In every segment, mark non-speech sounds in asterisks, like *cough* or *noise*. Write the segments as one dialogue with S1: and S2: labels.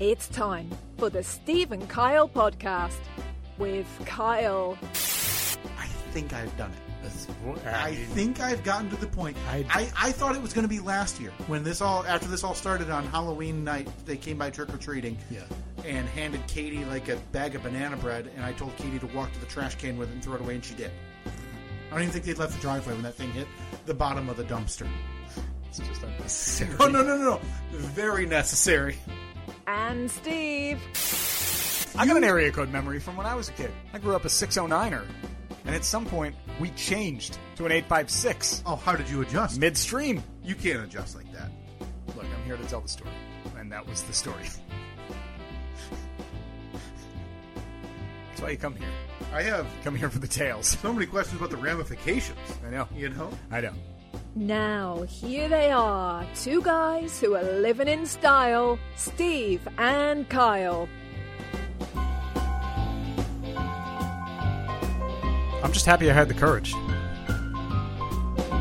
S1: It's time for the Steve and Kyle podcast with Kyle.
S2: I think I've done it. I
S3: I
S2: think I've gotten to the point. I,
S3: I-
S2: I, thought it was going to be last year when this all after this all started on Halloween night. They came by trick or treating,
S3: Yeah.
S2: and handed Katie like a bag of banana bread, and I told Katie to walk to the trash can with it and throw it away, and she did. I don't even think they'd left the driveway when that thing hit the bottom of the dumpster.
S3: It's just unnecessary.
S2: Oh no no no no! Very necessary.
S1: And Steve.
S3: I got an area code memory from when I was a kid. I grew up a 609er, and at some point we changed to an 856
S2: Oh, how did you adjust?
S3: midstream.
S2: You can't adjust like that.
S3: Look, I'm here to tell the story, and that was the story. *laughs* That's why you come here.
S2: I have
S3: Come here for the tales.
S2: so many questions about the ramifications.
S3: I know.
S2: You know.
S3: I know.
S1: Now, here they are, two guys who are living in style Steve and Kyle.
S3: I'm just happy I had the courage.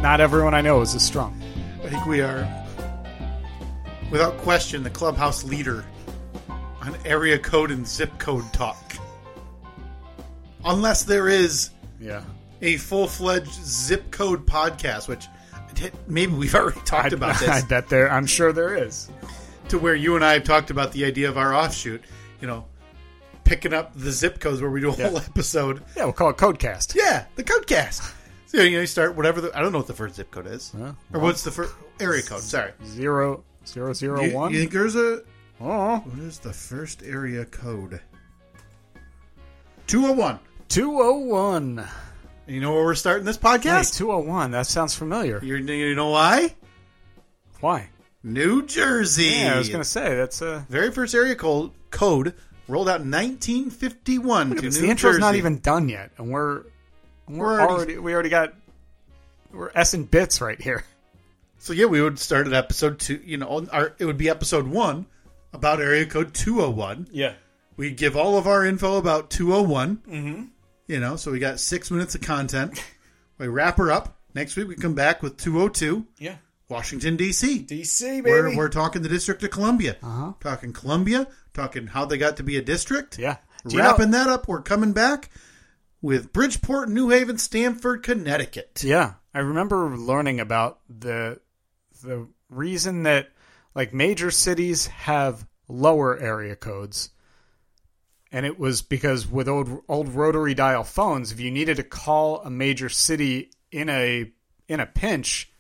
S3: Not everyone I know is as strong.
S2: I think we are, without question, the clubhouse leader on area code and zip code talk. Unless there is
S3: Yeah.
S2: a full fledged zip code podcast, which t- maybe we've already talked
S3: I,
S2: about
S3: *laughs* I
S2: this,
S3: bet there. I'm sure there is.
S2: to where you and I have talked about the idea of our offshoot, you know, picking up the zip codes where we do a
S3: Yeah.
S2: whole episode.
S3: Yeah, we'll call it Codecast.
S2: Yeah, the codecast. So you know, you start whatever the I don't know what the first zip code is,
S3: Huh?
S2: or what's the first area code? Sorry,
S3: Zero zero zero
S2: You-
S3: one.
S2: you think there's a
S3: Oh,
S2: What is the first area code? 201.
S3: 201.
S2: And You know where we're starting this
S3: Hey,
S2: podcast?
S3: 201. That sounds familiar.
S2: You're- you know why?
S3: Why?
S2: New Jersey.
S3: Yeah, I was going to say, that's uh
S2: Very first area code, code rolled out in 1951 to
S3: it's
S2: New
S3: the intro's
S2: Jersey.
S3: not even done yet, and we're we're,
S2: We're already-
S3: already, we already got we're s and bits right here.
S2: So yeah, we would start at episode 2, you know, on our, it would be episode 1 about area code 201.
S3: Yeah,
S2: We'd give all of our info about 201. Mm-hmm. You know, so we got 6 minutes of content. we wrap her up. Next week we come back with 202,
S3: yeah.
S2: Washington D.C.
S3: DC
S2: We're, we're talking the District of Columbia.
S3: Uh-huh.
S2: Talking Columbia, talking how they got to be a district.
S3: yeah. Do you, know,
S2: Wrapping that up, we're coming back with Bridgeport, New Haven, Stamford, Connecticut.
S3: yeah, I remember learning about the the reason that like major cities have lower area codes and it was because with old old rotary dial phones if you needed to call a major city in a in a pinch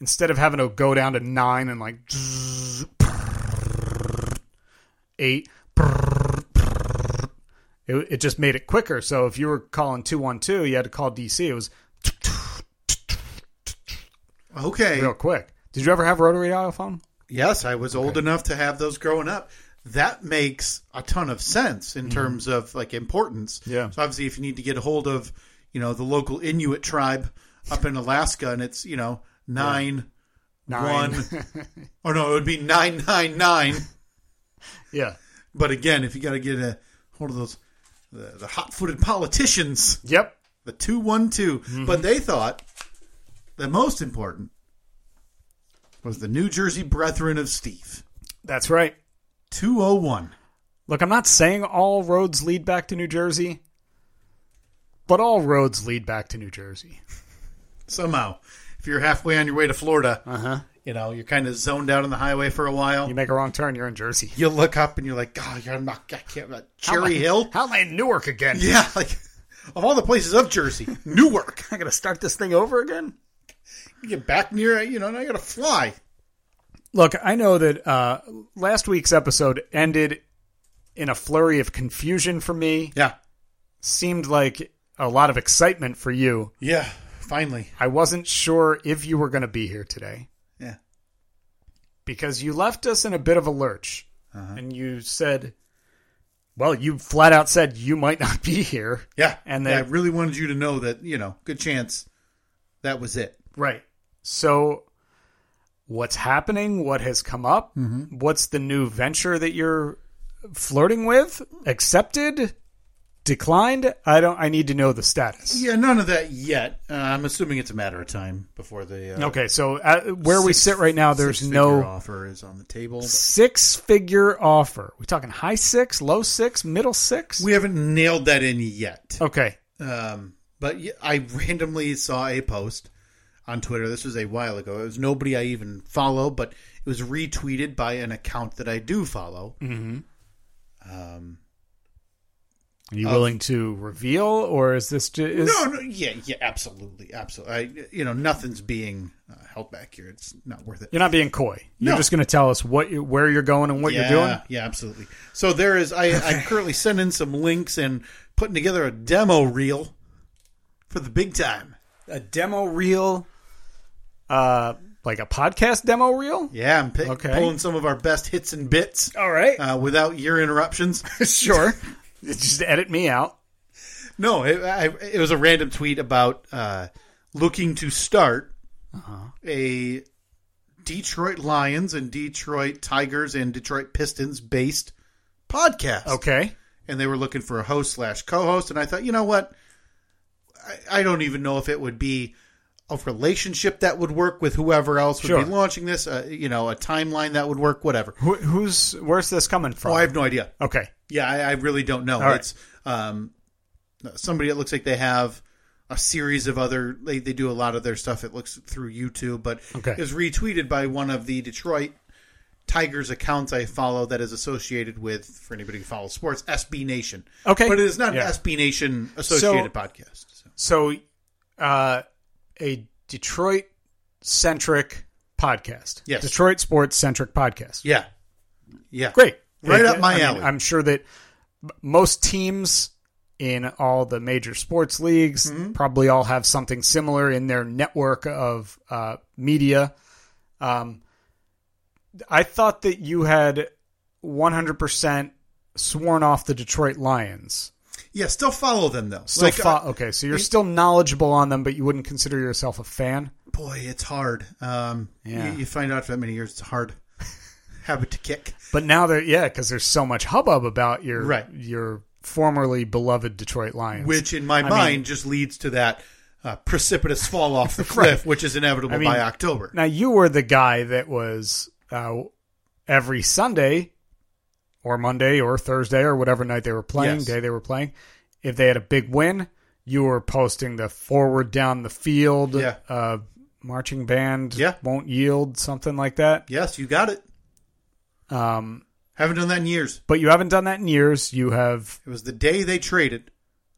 S3: instead of having to go down to 9 and like *laughs* 8 *laughs* it, it just made it quicker so if you were calling 212 you had to call DC it was
S2: Okay.
S3: real quick did you ever have rotary dial phone
S2: Yes, I was old enough to have those growing up. That makes a ton of sense in terms of like importance.
S3: Mm-hmm. Yeah.
S2: So obviously, if you need to get a hold of, you know, the local Inuit tribe up in Alaska, and it's you know nine
S3: Nine. *laughs*
S2: one, or no, it would be nine nine nine.
S3: yeah
S2: But again, if you got to get a hold of those the, the hot-footed politicians,
S3: yep
S2: the two one two,
S3: Mm-hmm.
S2: but they thought the most important was the New Jersey Brethren of Steve
S3: that's right
S2: two oh one.
S3: Look, I'm not saying all roads lead back to New Jersey, but all roads lead back to New Jersey.
S2: Somehow, if you're halfway on your way to Florida,
S3: Uh huh.
S2: you know you're kind of zoned out on the highway for a while.
S3: You
S2: You,
S3: make a wrong turn, you're in Jersey.
S2: look up and you're like, God, you're not, I can't, uh,
S3: How am
S2: Cherry
S3: I-
S2: Hill.
S3: How am I in Newark again?
S2: Yeah, like of all the places of
S3: *laughs*
S2: Jersey, Newark.
S3: I gotta start this thing over again.
S2: You get back near, you know, now you got to fly.
S3: Look, I know that uh, last week's episode ended in a flurry of confusion for me.
S2: Yeah.
S3: seemed like a lot of excitement for you.
S2: Yeah, finally.
S3: I wasn't sure if you were going to be here today
S2: Yeah.
S3: because you left us in a bit of a lurch.
S2: Uh-huh.
S3: And you said, well, you flat out said you might not be here.
S2: Yeah.
S3: And
S2: Yeah,
S3: then-
S2: I really wanted you to know that, you know, good chance that was it.
S3: Right. So, what's happening? What has come up?
S2: Mm-hmm.
S3: What's the new venture that you're flirting with? Accepted? Declined? I don't. I need to know the status.
S2: Yeah, none of that yet. Uh, I'm assuming it's a matter of time before the uh,
S3: Okay. So, uh, where we
S2: six-
S3: sit right now, there's
S2: six-figure
S3: no
S2: offer is on the table.
S3: six-figure offer. We talking high six, low six, middle six?
S2: We haven't nailed that in yet.
S3: okay.
S2: Um, but y- I randomly saw a post on Twitter. This was a while ago. It was nobody I even follow, but it was retweeted by an account that I do follow.
S3: Mm-hmm. Are you willing to reveal, or is this just? Is,
S2: No, no, yeah, yeah, absolutely, absolutely. I, you know, nothing's being uh, held back here. It's not worth it.
S3: You're not being coy. You're
S2: No.
S3: just going to tell us what you, where you're going and what
S2: yeah,
S3: you're doing.
S2: Yeah, absolutely. So there is. I, I'm currently sending some links and putting together a demo reel for the big time.
S3: a demo reel, uh, like a podcast demo reel.
S2: Yeah, I'm pick,
S3: Okay. Oh.
S2: pulling some of our best hits and bits *laughs*
S3: All right,
S2: uh, without your interruptions.
S3: sure. *laughs* Just edit me out.
S2: No, it, I, it was a random tweet about uh, looking to start
S3: Uh-huh.
S2: a Detroit Lions and Detroit Tigers and Detroit Pistons based podcast.
S3: Okay,
S2: And they were looking for a host slash co host. And I thought, you know what? I, I don't even know if it would be a relationship that would work with whoever else would
S3: Sure.
S2: be launching this, uh, you know, a timeline that would work, whatever.
S3: Who, who's where's this coming from?
S2: Oh, I have no idea.
S3: okay,
S2: Yeah, I, I really don't know.
S3: right.
S2: It's um, somebody. It looks like they have a series of other. They, they do a lot of their stuff. It looks through YouTube, but
S3: Okay.
S2: it was retweeted by one of the Detroit Tigers accounts I follow that is associated with for anybody who follows sports SB Nation.
S3: Okay.
S2: but it is not
S3: Yeah.
S2: an SB Nation associated podcast. So.
S3: so uh, a Detroit centric podcast.
S2: Yes.
S3: Detroit sports centric podcast.
S2: Yeah, yeah,
S3: Great,
S2: Right
S3: Yeah,
S2: up my
S3: I mean,
S2: alley.
S3: I'm sure that m- most teams in all the major sports leagues
S2: Mm-hmm.
S3: probably all have something similar in their network of uh, media. Um, I thought that you had 100% sworn off the Detroit Lions.
S2: Yeah, still follow them though.
S3: Still
S2: Like,
S3: fo-
S2: uh,
S3: okay, so you're still knowledgeable on them, but you wouldn't consider yourself a fan.
S2: boy, it's hard. Um,
S3: Yeah.
S2: you, you find out for that many years, it's a hard. *laughs* Habit to kick.
S3: But now that yeah, because there's so much hubbub about your
S2: Right.
S3: your formerly beloved Detroit Lions,
S2: which in my
S3: mean-
S2: mind just leads to that uh, precipitous fall off
S3: *laughs*
S2: the cliff, which is inevitable
S3: I mean-
S2: by October.
S3: Now you were the guy that was uh, every Sunday or Monday or Thursday or whatever night they were playing,
S2: Yes.
S3: day they were playing. If they had a big win, you were posting the forward down the field,
S2: Yeah.
S3: uh, marching band,
S2: Yeah.
S3: won't yield, something like that.
S2: Yes, you got it.
S3: Um,
S2: Haven't done that in years.
S3: but you haven't done that in years. You have
S2: It was the day they traded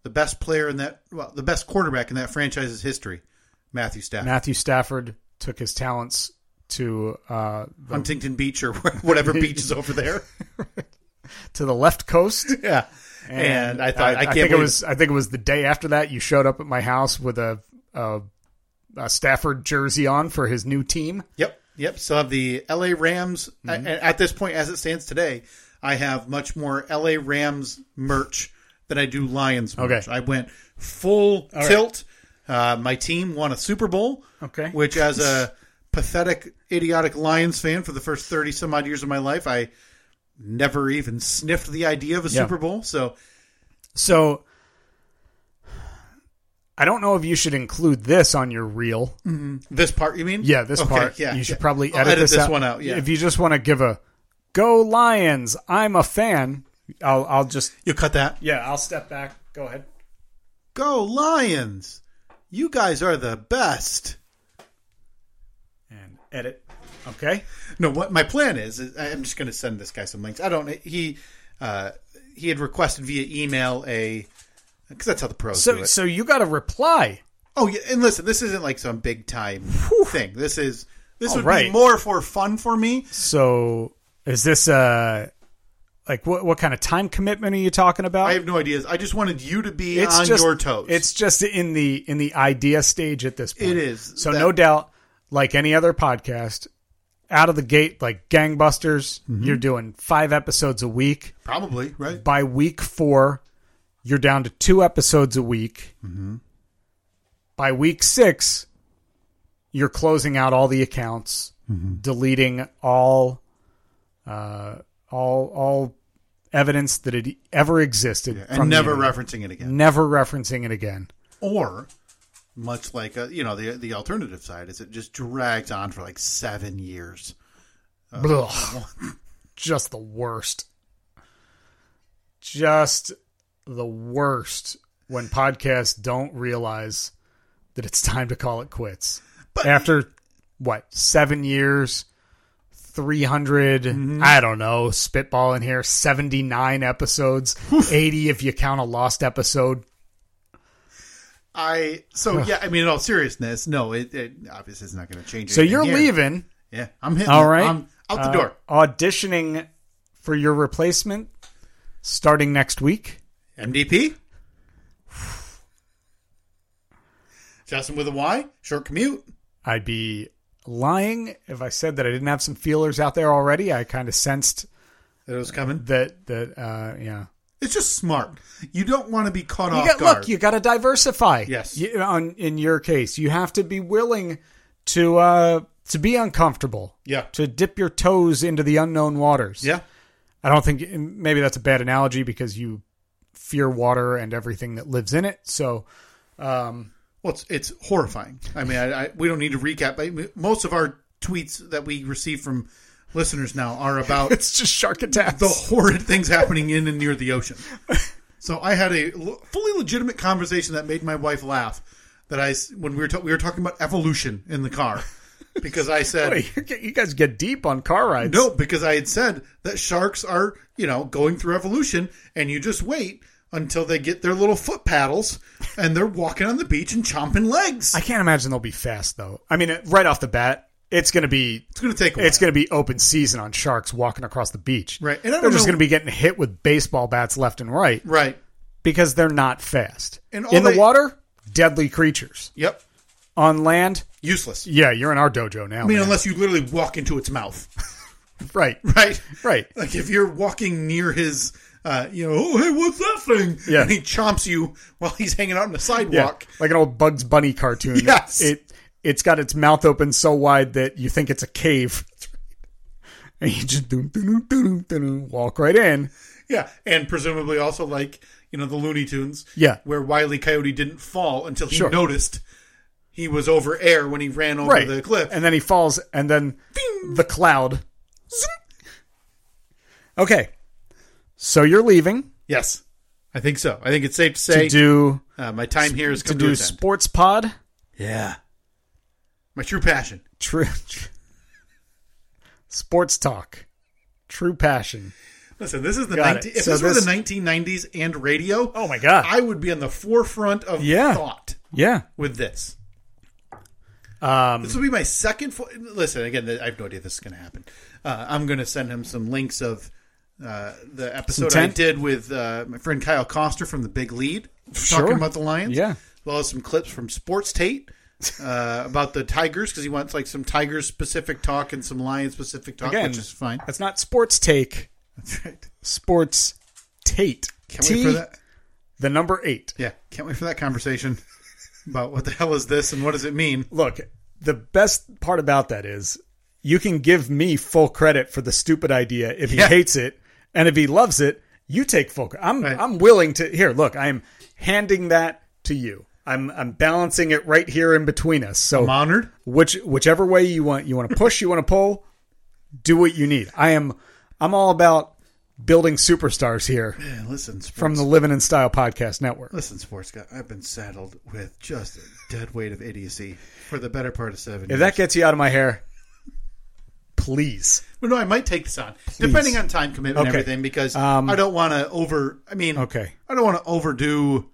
S2: the best player in that, well, the best quarterback in that franchise's history, Matthew Stafford,
S3: Matthew Stafford took his talents to uh, the-
S2: Huntington Beach or *laughs* whatever beach is over
S3: *laughs*
S2: there.
S3: to the left coast.
S2: Yeah, and, I thought I, can't
S3: think it
S2: believe
S3: was. I think it was the day after that. You showed up at my house with a, a, a Stafford jersey on for his new team.
S2: Yep, yep. So I have the L.A. Rams. a-
S3: Mm-hmm.
S2: a- at this point, as it stands today, I have much more L.A. Rams merch than I do Lions merch.
S3: Okay.
S2: I went full tilt. Uh, my team won a Super Bowl.
S3: Okay.
S2: Which, as
S3: *laughs*
S2: a pathetic, idiotic Lions fan for the first thirty some odd years of my life, I never even sniffed the idea of a
S3: Yeah.
S2: Super Bowl. So
S3: So I don't know if you should include this on your reel.
S2: this part, you mean?
S3: Yeah, this
S2: Mm. Okay,
S3: part.
S2: Yeah,
S3: you should
S2: yeah.
S3: probably
S2: I'll
S3: edit, this, out.
S2: one out. Yeah,
S3: If you just want to give a go Lions, I'm a fan. I'll I'll just
S2: you cut that.
S3: yeah. I'll step back. Go ahead.
S2: Go Lions! You guys are the best.
S3: And edit. Okay.
S2: No, what my plan is, is I'm just going to send this guy some links. I don't. He uh, he had requested via email a because that's how the pros do
S3: So
S2: it.
S3: so you got a reply.
S2: oh, yeah, and listen, this isn't like some big time thing. This is this
S3: All
S2: would be
S3: right.
S2: more for fun for me.
S3: So is this a uh, like what what kind of time commitment are you talking about?
S2: I have no ideas. I just wanted you to be on your toes.
S3: Uh, It's just in the in the idea stage at this point.
S2: It is.
S3: So
S2: That-
S3: no doubt, like any other podcast, out of the gate like gangbusters,
S2: Mm-hmm.
S3: you're doing five episodes a week.
S2: probably right.
S3: By week four, you're down to two episodes a week.
S2: Mm-hmm.
S3: By week six, you're closing out all the accounts,
S2: Mm-hmm.
S3: deleting all, uh, all, all evidence that it ever existed, from
S2: And
S3: the
S2: never
S3: internet.
S2: referencing it again.
S3: never referencing it again.
S2: Or much like uh you know the the alternative side is it just drags on for like seven years.
S3: Blah. Just the worst. Just the worst when podcasts don't realize that it's time to call it quits.
S2: But-
S3: After what, seven years, 300,
S2: Mm-hmm.
S3: I don't know, spitball in here, 79 episodes, 80 if you count a lost episode.
S2: I so yeah. I mean, in all seriousness, no. It, it obviously is not going to change.
S3: So
S2: anything
S3: you're
S2: here.
S3: leaving.
S2: Yeah, I'm hitting.
S3: All
S2: it.
S3: right.
S2: I'm out the
S3: Uh,
S2: door.
S3: Auditioning for your replacement starting next week.
S2: MDP. Justin with a Y. Short commute.
S3: I'd be lying if I said that I didn't have some feelers out there already. I kind of sensed
S2: That was coming.
S3: that that uh, yeah.
S2: It's just smart. You don't want to be caught
S3: You
S2: off
S3: got
S2: guard.
S3: look. You got to diversify.
S2: Yes.
S3: You, on in your case, you have to be willing to uh, to be uncomfortable.
S2: Yeah.
S3: To dip your toes into the unknown waters.
S2: yeah.
S3: I don't think maybe that's a bad analogy because you fear water and everything that lives in it. So
S2: Well, it's, it's horrifying. I mean, I, I, we don't need to recap. but most of our tweets that we receive from listeners now are about
S3: it's just shark attacks.
S2: the horrid things happening in and near the ocean. So I had a l- fully legitimate conversation that made my wife laugh. That I s- when we were ta- we were talking about evolution in the car because I said
S3: *laughs* you guys get deep on car rides.
S2: no because I had said that sharks are you know going through evolution and you just wait until they get their little foot paddles and they're walking on the beach and chomping legs.
S3: I can't imagine they'll be fast though. I mean, right off the bat, it's going to be
S2: it's gonna take a while.
S3: it's going to be open season on sharks walking across the beach.
S2: Right, and I
S3: they're
S2: don't
S3: just
S2: know-
S3: going to be getting hit with baseball bats left and right
S2: right.
S3: because they're not fast.
S2: And all
S3: In the
S2: they-
S3: water, deadly creatures.
S2: Yep.
S3: On land,
S2: Useless. I
S3: yeah, you're in our dojo now.
S2: mean,
S3: man.
S2: unless you literally walk into its mouth, *laughs*
S3: right,
S2: right? *laughs*
S3: right.
S2: Like if you're walking near his, uh, you know, oh hey, what's that thing?
S3: Yeah.
S2: and he chomps you while he's hanging out on the
S3: Yeah,
S2: sidewalk.
S3: like an old Bugs Bunny cartoon.
S2: Yes.
S3: it it's got its mouth open so wide that you think it's a cave. *laughs* And you just doom, doom, doom, doom, doom, walk right in.
S2: Yeah, and presumably also like you know the Looney Tunes.
S3: Yeah.
S2: where Wiley Coyote didn't fall until he
S3: Sure.
S2: noticed he was over air when he ran over
S3: right.
S2: the cliff.
S3: And then he falls, and then the cloud. Okay. So you're leaving
S2: yes, I think so. I think it's safe to
S3: to
S2: say
S3: do
S2: uh, my time here is
S3: to
S2: come to,
S3: do
S2: its end.
S3: sports pod.
S2: Yeah, my true passion.
S3: True. *laughs* sports talk. True passion.
S2: Listen, this is the
S3: Got
S2: 19-
S3: it.
S2: if
S3: So
S2: this, were
S3: this-
S2: the 1990s and radio,
S3: Oh my God.
S2: I would be on the forefront of
S3: Yeah.
S2: thought
S3: Yeah.
S2: with this.
S3: Um,
S2: This will be my second. Fo- Listen, again, I have no idea this is going to happen. Uh, I'm going to send him some links of uh, the episode
S3: Some
S2: I
S3: tent?
S2: did with uh, my friend Kyle Coster from the Big Lead,
S3: Sure.
S2: talking about the Lions.
S3: Yeah.
S2: as well as some clips from Sports Tate uh, about the Tigers because he wants like some Tigers specific talk and some Lions specific talk,
S3: again,
S2: which is fine.
S3: That's not sports take.
S2: That's right.
S3: Sports Tate.
S2: Can't
S3: T,
S2: wait for that.
S3: The number eight.
S2: Yeah, can't wait for that conversation *laughs* about what the hell is this and what does it mean.
S3: Look, the best part about that is you can give me full credit for the stupid idea if he
S2: Yeah.
S3: hates it, and if he loves it, you take full. cre- I'm
S2: Right.
S3: I'm willing to here. Look, I'm handing that to you. I'm I'm balancing it right here in between us. So
S2: I'm honored.
S3: which whichever way you want you want to push you want to pull do what you need i am i'm all about building superstars here
S2: Man, listen, sports,
S3: from the living in style podcast network
S2: listen, sports guy. I've been saddled with just a dead weight of idiocy for the better part of seven.
S3: if
S2: years.
S3: that gets you out of my hair please
S2: Well, no, I might take this on depending on time commitment and
S3: Okay.
S2: everything because
S3: Um,
S2: I don't want to over. I mean,
S3: okay
S2: I don't want to overdo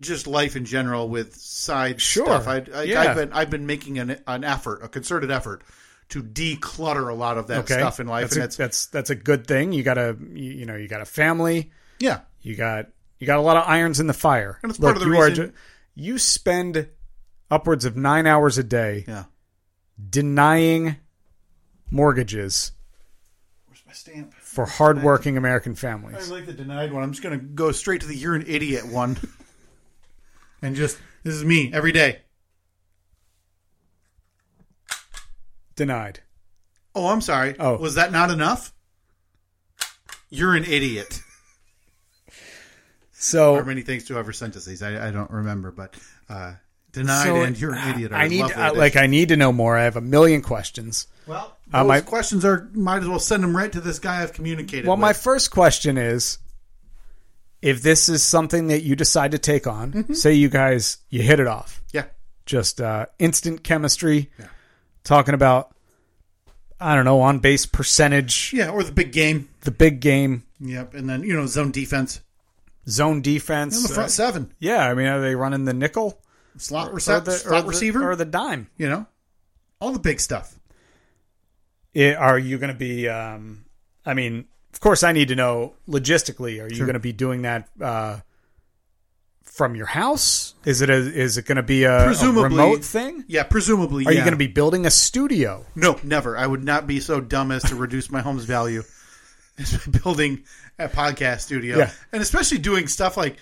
S2: just life in general with side
S3: Sure.
S2: stuff. I, I,
S3: Yeah.
S2: I've been I've been making an an effort, a concerted effort to declutter a lot of that
S3: okay.
S2: stuff in life,
S3: That's
S2: and
S3: a,
S2: that's
S3: that's that's a good thing. You got a you, you know you got a family.
S2: yeah,
S3: You got you got a lot of irons in the fire.
S2: And it's part of the
S3: you are
S2: reason-
S3: ju- you spend upwards of nine hours a day
S2: yeah.
S3: denying mortgages
S2: Where's my stamp?
S3: for hardworking American families.
S2: I like the denied one. I'm just going to go straight to the you're an idiot one. *laughs* and just, this is me every day.
S3: Denied.
S2: Oh, I'm sorry.
S3: Oh.
S2: Was that not enough? You're an idiot.
S3: So
S2: Or many things to ever sentences. I, I don't remember, but uh, denied
S3: so-
S2: and you're an idiot. Are
S3: I need
S2: lovely
S3: I- like
S2: additions.
S3: I need to know more. I have a million questions.
S2: well,
S3: uh,
S2: those
S3: my-
S2: questions are might as well send them right to this guy I've communicated.
S3: Well,
S2: with.
S3: my first question is if this is something that you decide to take on,
S2: Mm-hmm.
S3: say you guys you hit it off.
S2: yeah,
S3: Just uh, instant chemistry. Talking about I don't know, on base percentage,
S2: yeah, or the big game.
S3: the big game,
S2: Yep, and then you know zone defense.
S3: zone
S2: On
S3: defense.
S2: the front
S3: Uh,
S2: seven
S3: yeah, I mean, are they running the nickel
S2: slot, rece-
S3: or the, or
S2: slot
S3: the-
S2: receiver,
S3: or the dime?
S2: you know, all the big stuff.
S3: I- are you going to be um i mean of course i need to know logistically are you going to be doing that uh from your house is it a is it going to be Uh, a, a
S2: Presumably,
S3: remote thing
S2: Yeah, presumably.
S3: are you
S2: yeah.
S3: going to be building a studio
S2: No, never. I would not be so dumb as to reduce my home's value *laughs* as by building a podcast studio,
S3: Yeah.
S2: and especially doing stuff like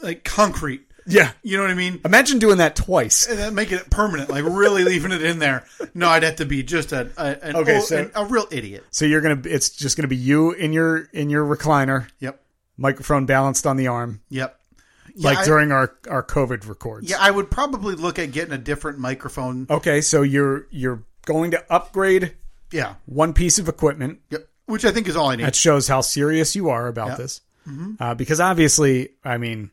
S2: like concrete.
S3: yeah
S2: You know what I mean?
S3: imagine doing that twice
S2: And then making it permanent, like really leaving it in there. No, I'd have to be just a a, an
S3: Okay,
S2: old-
S3: so-
S2: an- a real idiot.
S3: so you're going to it's just going to be you in your in your recliner
S2: Yep,
S3: microphone balanced on the arm
S2: yep. Yeah,
S3: like
S2: I-
S3: during our our covid records
S2: yeah, I would probably look at getting a different microphone.
S3: okay so you're you're going to upgrade
S2: Yeah,
S3: one piece of equipment
S2: yep. Which I think is all I need.
S3: that shows how serious you are about
S2: Yeah. Mm-hmm.
S3: this. Uh, because obviously, I mean,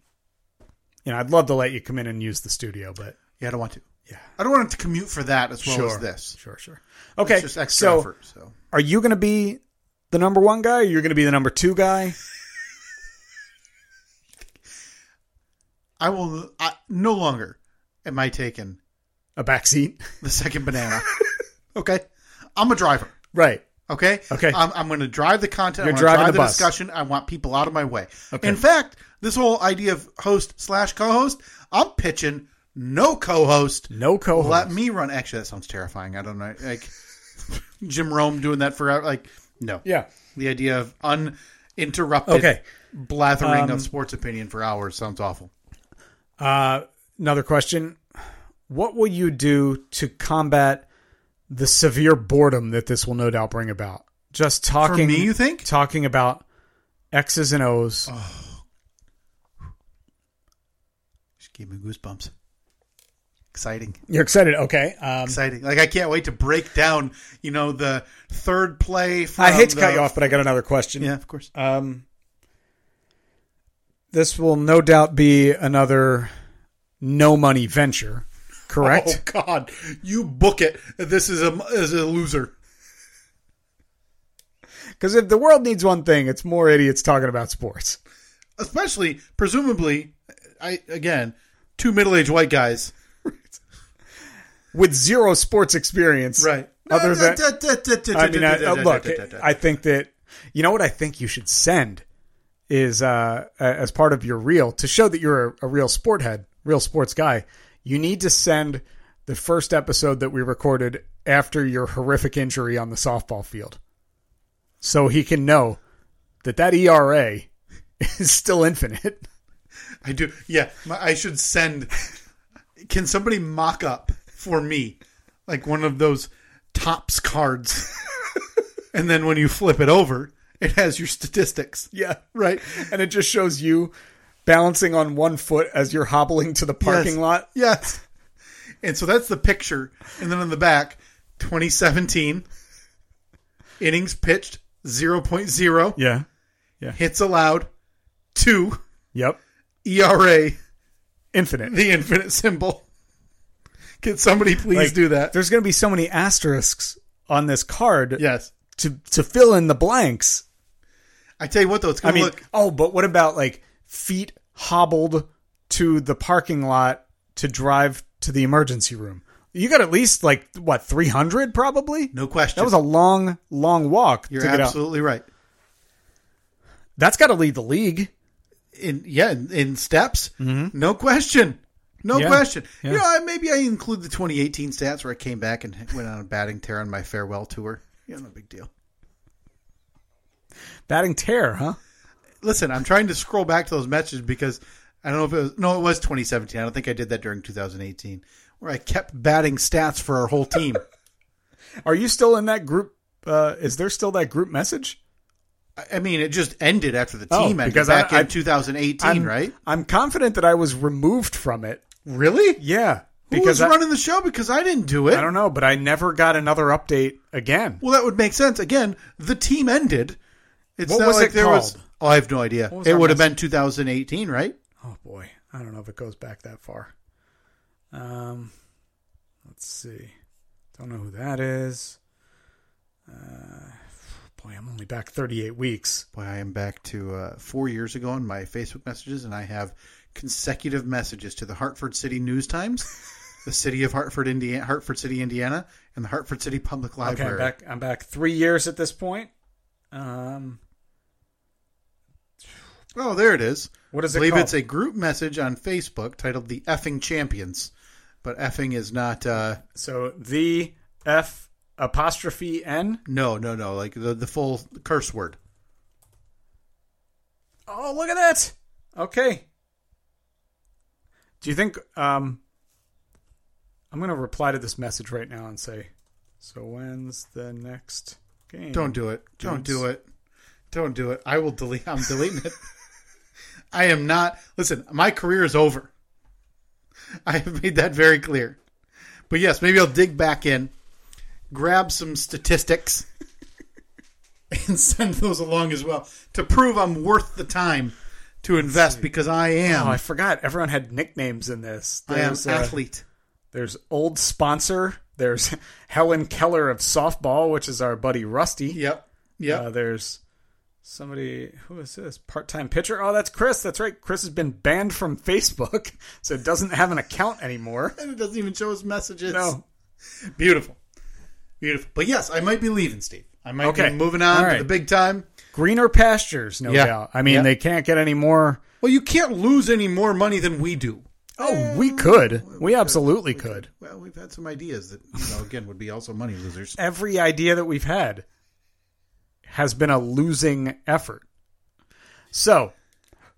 S3: you know, I'd love to let you come in and use the studio, but
S2: yeah, I don't want to.
S3: Yeah.
S2: I don't want to commute for that as well
S3: sure,
S2: as this.
S3: sure, sure. Okay,
S2: It's just extra
S3: so
S2: effort. So
S3: are you going to be the number one guy? Or you're going to be the number two guy?
S2: I will I, no longer am I taken
S3: A backseat, *laughs*
S2: the second banana. okay, I'm a driver.
S3: right?
S2: Okay,
S3: Okay.
S2: I'm, I'm going to drive the content.
S3: You're
S2: I'm gonna
S3: driving
S2: drive
S3: the
S2: the,
S3: bus.
S2: discussion. I want people out of my way.
S3: Okay.
S2: In fact, this whole idea of host slash co-host, I'm pitching no co-host.
S3: No co-host.
S2: Let me run. Actually, that sounds terrifying. I don't know. Like *laughs* Jim Rome doing that forever. Like no.
S3: yeah.
S2: The idea of uninterrupted
S3: Okay. Um,
S2: blathering of sports opinion for hours sounds awful.
S3: Uh, another question: What will you do to combat the severe boredom that this will no doubt bring about? Just
S2: For
S3: talking
S2: me, you think? Oh.
S3: talking about X's and O's.
S2: Just gave me goosebumps. Exciting.
S3: You're excited, okay? Um,
S2: exciting. Like I can't wait to break down, you know, the third play. From
S3: I hate to
S2: the-
S3: cut you off, but I got another question.
S2: Um, Yeah, of course.
S3: Um, this will no doubt be another no money venture,
S2: Oh
S3: *laughs* correct?
S2: God, you book it. This is a is a loser.
S3: Because if the world needs one thing, it's more idiots talking about sports.
S2: Especially, presumably, I again, two middle aged white guys.
S3: With zero sports experience. Other than,
S2: *laughs*
S3: I mean, I, uh, look, I think that, you know what I think you should send is uh, a- as part of your reel to show that you're a, a real sport head, real sports guy, you need to send the first episode that we recorded after your horrific injury on the softball field. So he can know that that ERA *laughs* is
S2: *laughs*
S3: still infinite.
S2: I do. Yeah, my, I should send. Can somebody mock up for me, like one of those tops cards? and then when you flip it over, it has your statistics.
S3: Yeah.
S2: Right.
S3: And it just shows you balancing on one foot as you're hobbling to the parking
S2: Yes.
S3: lot.
S2: Yes. And so that's the picture. And then on the back, 2017, innings pitched 0.0,
S3: Yeah.
S2: hits allowed 2,
S3: Yep.
S2: ERA,
S3: Infinite.
S2: the infinite symbol. Can somebody please
S3: Like,
S2: do that?
S3: There's going to be so many asterisks on this card
S2: Yes.
S3: to to fill in the blanks.
S2: I tell you what, though, it's
S3: I
S2: going to
S3: mean,
S2: look.
S3: oh, but what about like feet hobbled to the parking lot to drive to the emergency room? You got at least like what three hundred probably.
S2: No question.
S3: That was a long, long walk
S2: You're
S3: to get out.
S2: absolutely right.
S3: That's got to lead the league.
S2: in yeah in, in steps no question no
S3: Mm-hmm. Yeah.
S2: question
S3: Yeah.
S2: you know I, maybe i include the 2018 stats where i came back and *laughs* went on a batting tear on my farewell tour yeah no big deal
S3: Batting tear, huh?
S2: listen i'm trying to scroll back to those messages because i don't know if it was no it was 2017 i don't think i did that during 2018 where i kept batting stats for our whole team *laughs*
S3: Are you still in that group? Uh, is there still that group message?
S2: I- i mean it just ended after the team
S3: Oh,
S2: ended
S3: because
S2: back
S3: I- I-
S2: in 2018
S3: I'm,
S2: right
S3: I'm confident that I was removed from it.
S2: really
S3: Yeah,
S2: who
S3: because
S2: was
S3: I,
S2: running the show because i didn't do it
S3: I don't know, but I never got another update again.
S2: Well, that would make sense. Again, the team ended. It's
S3: What
S2: not
S3: was
S2: like
S3: it
S2: there was.
S3: called?
S2: Oh, I have no idea.
S3: was
S2: It
S3: our
S2: would have
S3: message?
S2: been 2018, right?
S3: Oh boy, I don't know if it goes back that far. Um, let's see. Don't know who that is. Uh, boy, I'm only back 38 weeks.
S2: Boy, I am back to uh, four years ago in my Facebook messages, and I have consecutive messages to the Hartford City News Times, the City of Hartford, Indiana, Hartford City, Indiana, and the Hartford City Public
S3: Okay, I'm
S2: Library.
S3: back. I'm back three years at this point. Um,
S2: Oh, there it is.
S3: what is
S2: I
S3: it
S2: believe
S3: called?
S2: it's a group message on Facebook titled "The Effing Champions," but effing is not. Uh,
S3: so the F apostrophe N.
S2: no, no, no. Like the the full curse word.
S3: Oh, look at that. Okay. Do you think um I'm going to reply to this message right now and say so when's the next game?
S2: Don't do it. Don't
S3: Jones.
S2: do it. Don't do it. I will delete. I'm deleting it. *laughs* I am not. Listen, my career is over. I have made that very clear. But yes, maybe I'll dig back in, grab some statistics, *laughs* and send those along as well to prove I'm worth the time to invest because I am.
S3: Oh, I forgot everyone had nicknames in this.
S2: I am
S3: uh,
S2: athlete.
S3: there's old sponsor, there's *laughs* Helen Keller of softball, which is our buddy Rusty.
S2: Yep. Yep.
S3: Uh, there's somebody who is this part-time pitcher? Oh, that's Chris. That's right. Chris has been banned from Facebook, *laughs* so doesn't have an
S2: *laughs*
S3: account anymore.
S2: and it doesn't even show his messages.
S3: No,
S2: Beautiful. Beautiful. But yes, I might be leaving, Steve. I might
S3: Okay.
S2: be moving on
S3: All
S2: to
S3: right.
S2: the big time.
S3: greener pastures, no
S2: Yeah.
S3: doubt. I mean,
S2: Yeah.
S3: they can't get any more.
S2: Well, you can't lose any more money than we do.
S3: Oh, we could. We absolutely could.
S2: Well, we've had some ideas that, you know, again, would be also money losers.
S3: Every idea that we've had has been a losing effort. So,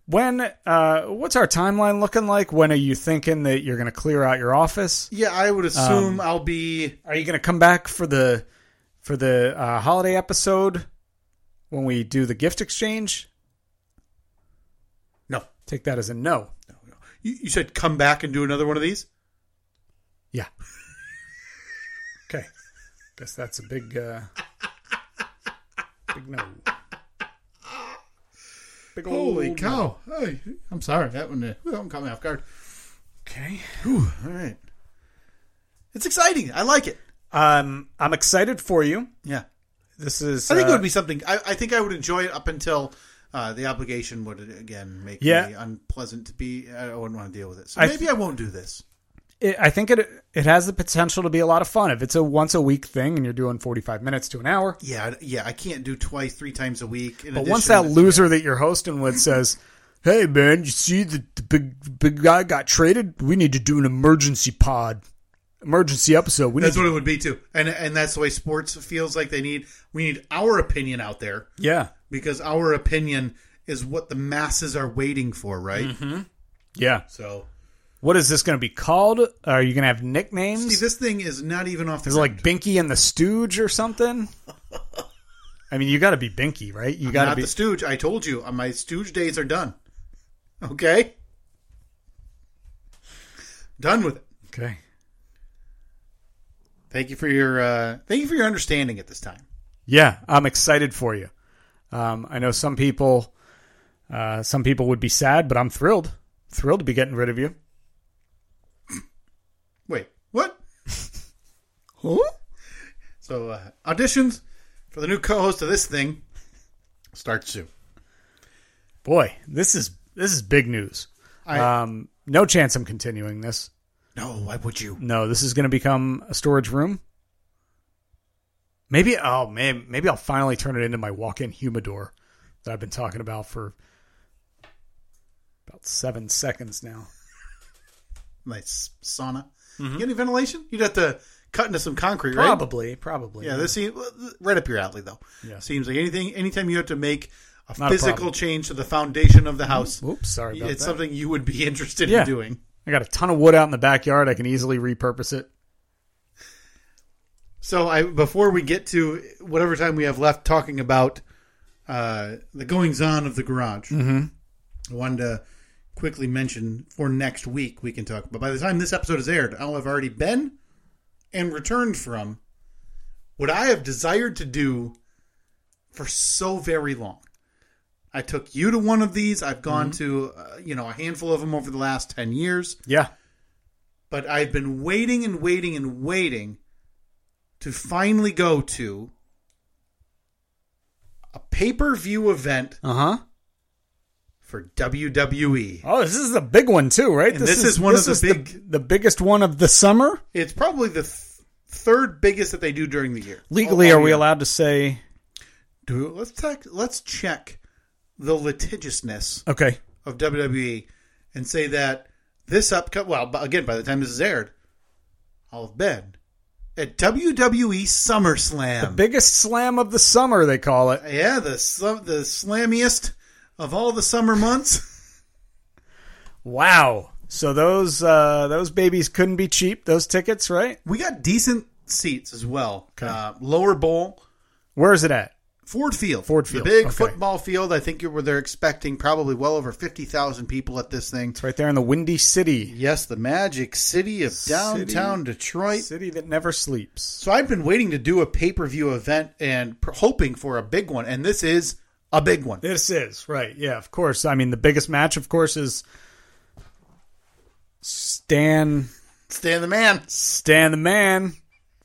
S3: when uh, what's our timeline looking like? When are you thinking that you're going to clear out your office?
S2: Yeah, I would assume I'll be.
S3: Are you going to come back for the for the uh, holiday episode when we do the gift exchange?
S2: No,
S3: Take that as a no.
S2: no, no. You, you said come back and do another one of these.
S3: Yeah. *laughs* okay. Guess that's a big, uh, big no. Big
S2: Holy
S3: old no.
S2: cow! Hey, I'm sorry that one. Uh, that one caught me off guard.
S3: Okay.
S2: Whew, all right. It's exciting. I like it.
S3: Um, I'm excited for you.
S2: Yeah,
S3: This is.
S2: I think
S3: uh,
S2: it would be something. I, I think I would enjoy it up until. Uh, the obligation would again make
S3: Yeah.
S2: me unpleasant to be. I wouldn't want to deal with it, so
S3: I
S2: maybe I won't do this.
S3: It, I think it it has the potential to be a lot of fun if it's a once a week thing and you're doing 45 minutes to an hour.
S2: Yeah, I- yeah, I can't do twice, three times a week. in
S3: But once
S2: addition-
S3: that loser that you're hosting with says, "Hey man, you see the, the big big guy got traded? We need to do an emergency pod, emergency episode. We
S2: That's
S3: need
S2: what it would be too, and and that's the way sports feels like they need. We need our opinion out there
S3: to, yeah,
S2: because our opinion is what the masses are waiting for, right?
S3: Mm-hmm. yeah.
S2: So,
S3: What is this going to be called? Are you going to have
S2: see,
S3: nicknames?
S2: this thing is not even off the
S3: is it like Binky and the Stooge or something? I mean, you got to be Binky, right? You got
S2: not
S3: to be.
S2: the Stooge. I told you, uh, my Stooge days are done. Okay, done with it.
S3: okay.
S2: Thank you for your uh, thank you for your understanding at this time.
S3: Yeah, I'm excited for you. Um, I know some people, uh, some people would be sad, but I'm thrilled, thrilled to be getting rid of you.
S2: Wait, *laughs* what?
S3: Huh?
S2: So uh, auditions for the new co-host of this thing start soon.
S3: boy, this is this is big news.
S2: I-
S3: um, no chance I'm continuing this.
S2: No, why would you?
S3: No, this is going to become a storage room. Maybe oh man, maybe I'll finally turn it into my walk-in humidor that I've been talking about for about seven seconds now.
S2: Nice sauna. You get any ventilation? You'd have to cut into some concrete, right?
S3: Probably, probably.
S2: Yeah, this seems right up your alley, though.
S3: Yeah.
S2: Seems like anything, anytime you have to make a
S3: Not a
S2: physical
S3: problem.
S2: change to the foundation of the house,
S3: Oops, sorry about
S2: it's
S3: that.
S2: something you would be *laughs* interested
S3: Yeah.
S2: in doing.
S3: I got a ton of wood out in the backyard. I can easily repurpose it.
S2: So, I before we get to whatever time we have left talking about uh, the goings on of the garage, I wanted to quickly mention for next week we can talk. But by the time this episode is aired, I'll have already been and returned from what I have desired to do for so very long. I took you to one of these. I've gone to uh, you know a handful of them over the last ten years.
S3: Yeah.
S2: but I've been waiting and waiting and waiting to finally go to a pay per view event
S3: Uh huh.
S2: for E. WWE.
S3: Oh, this is a big one too, right?
S2: And this is one of the big-
S3: the biggest one of the summer.
S2: It's probably the th- third biggest that they do during the year.
S3: Legally,
S2: All- all
S3: are we
S2: year.
S3: allowed to say
S2: Do let's check. Let's check the litigiousness
S3: okay?
S2: of WWE and say that this upcoming. Well, but again, by the time this is aired, I'll have been at WWE SummerSlam.
S3: The biggest slam of the summer, they call it.
S2: Yeah, the sl- the slammiest of all the summer months.
S3: Wow. So those uh, those babies couldn't be cheap. Those tickets, right?
S2: We got decent seats as well. Uh, lower bowl,
S3: Where is it at?
S2: Ford Field,
S3: Ford Field,
S2: the big
S3: okay.
S2: football field. I think you were they're expecting probably well over fifty thousand people at this thing.
S3: It's right there in the Windy City,
S2: Yes, the Magic City of downtown Detroit.
S3: city that never sleeps.
S2: So I've been waiting to do a pay per view event and pr- hoping for a big one, and this is a big one.
S3: This is right. Yeah, of course. I mean, the biggest match, of course, is Stan
S2: Stan the man.
S3: Stan the Man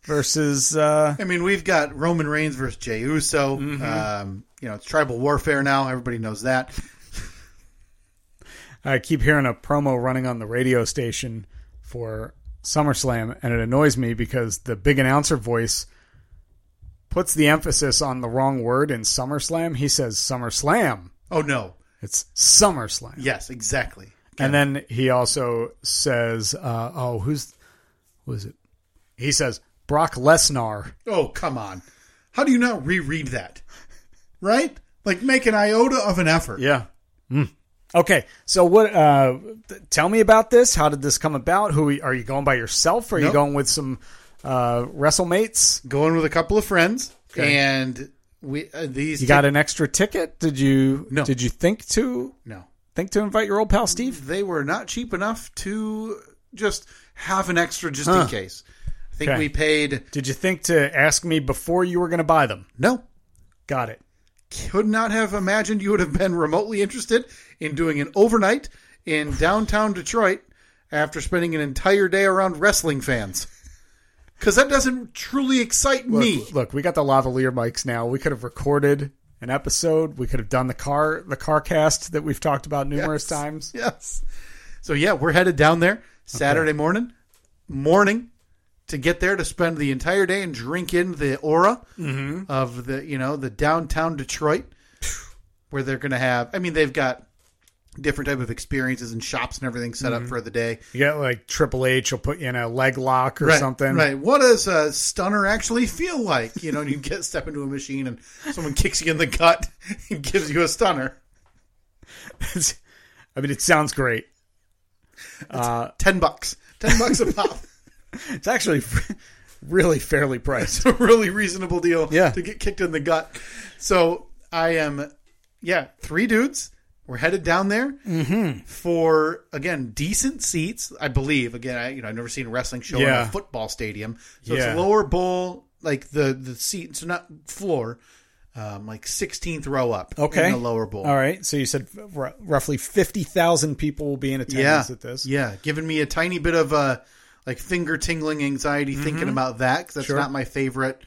S3: versus uh,
S2: I mean, we've got Roman Reigns versus Jey Uso.
S3: Mm-hmm.
S2: Um, you know, it's tribal warfare now. Everybody knows that.
S3: I keep hearing a promo running on the radio station for SummerSlam, and it annoys me because the big announcer voice puts the emphasis on the wrong word in SummerSlam. He says SummerSlam.
S2: Oh no!
S3: It's SummerSlam.
S2: Yes, exactly.
S3: And then he also says, uh, oh, who's, who is it? He says, Brock Lesnar.
S2: Oh come on! How do you not reread that? Right? Like make an iota of an effort.
S3: Yeah. Hmm. Okay. So what, uh, th- tell me about this. How did this come about? Who are you going by yourself? Or are
S2: Nope.
S3: you going with some, uh, WrestleMates?
S2: Going with a couple of friends,
S3: Okay.
S2: and we uh, these
S3: You got an extra ticket? Did you,
S2: No.
S3: did you think to,
S2: no.
S3: think to invite your old pal Steve?
S2: They were not cheap enough to just have an extra just in case. I think
S3: Okay.
S2: we paid
S3: Did you think to ask me before you were going to buy them?
S2: no.
S3: Got it.
S2: Could not have imagined you would have been remotely interested in doing an overnight in downtown Detroit after spending an entire day around wrestling fans. Because that doesn't truly excite me.
S3: Look, look, we got the lavalier mics now. We could have recorded an episode. We could have done the car the car cast that we've talked about numerous
S2: Yes.
S3: times.
S2: Yes. So yeah, we're headed down there Saturday morning, morning to get there to spend the entire day and drink in the aura
S3: Mm-hmm.
S2: of the you know the downtown
S3: *sighs*
S2: Detroit, where they're going to have. I mean, they've got different type of experiences and shops and everything set
S3: Mm-hmm.
S2: up for the day.
S3: You got like Triple H will put you in a leg lock or something.
S2: Right. What does a stunner actually feel like? You know, you get step into a machine and someone kicks you in the gut *laughs* and gives you a stunner.
S3: I mean, it sounds great.
S2: Ten bucks. Ten bucks a pop. *laughs*
S3: It's actually really fairly *laughs* priced.
S2: a really reasonable deal
S3: Yeah.
S2: to get kicked in the gut. So I am, yeah, three dudes. We're headed down there
S3: Mm-hmm.
S2: for again decent seats, I believe. Again, I you know I've never seen a wrestling show in a
S3: Yeah.
S2: football stadium, so
S3: Yeah.
S2: it's lower bowl, like the the seat, so not floor, um, like sixteenth row up.
S3: Okay.
S2: in the lower bowl.
S3: All right. So you said r- roughly 50,000 people will be in
S2: Yeah,
S3: attendance at this.
S2: yeah, giving me a tiny bit of uh, like finger tingling anxiety thinking about that because that's
S3: Mm-hmm. Sure.
S2: not my favorite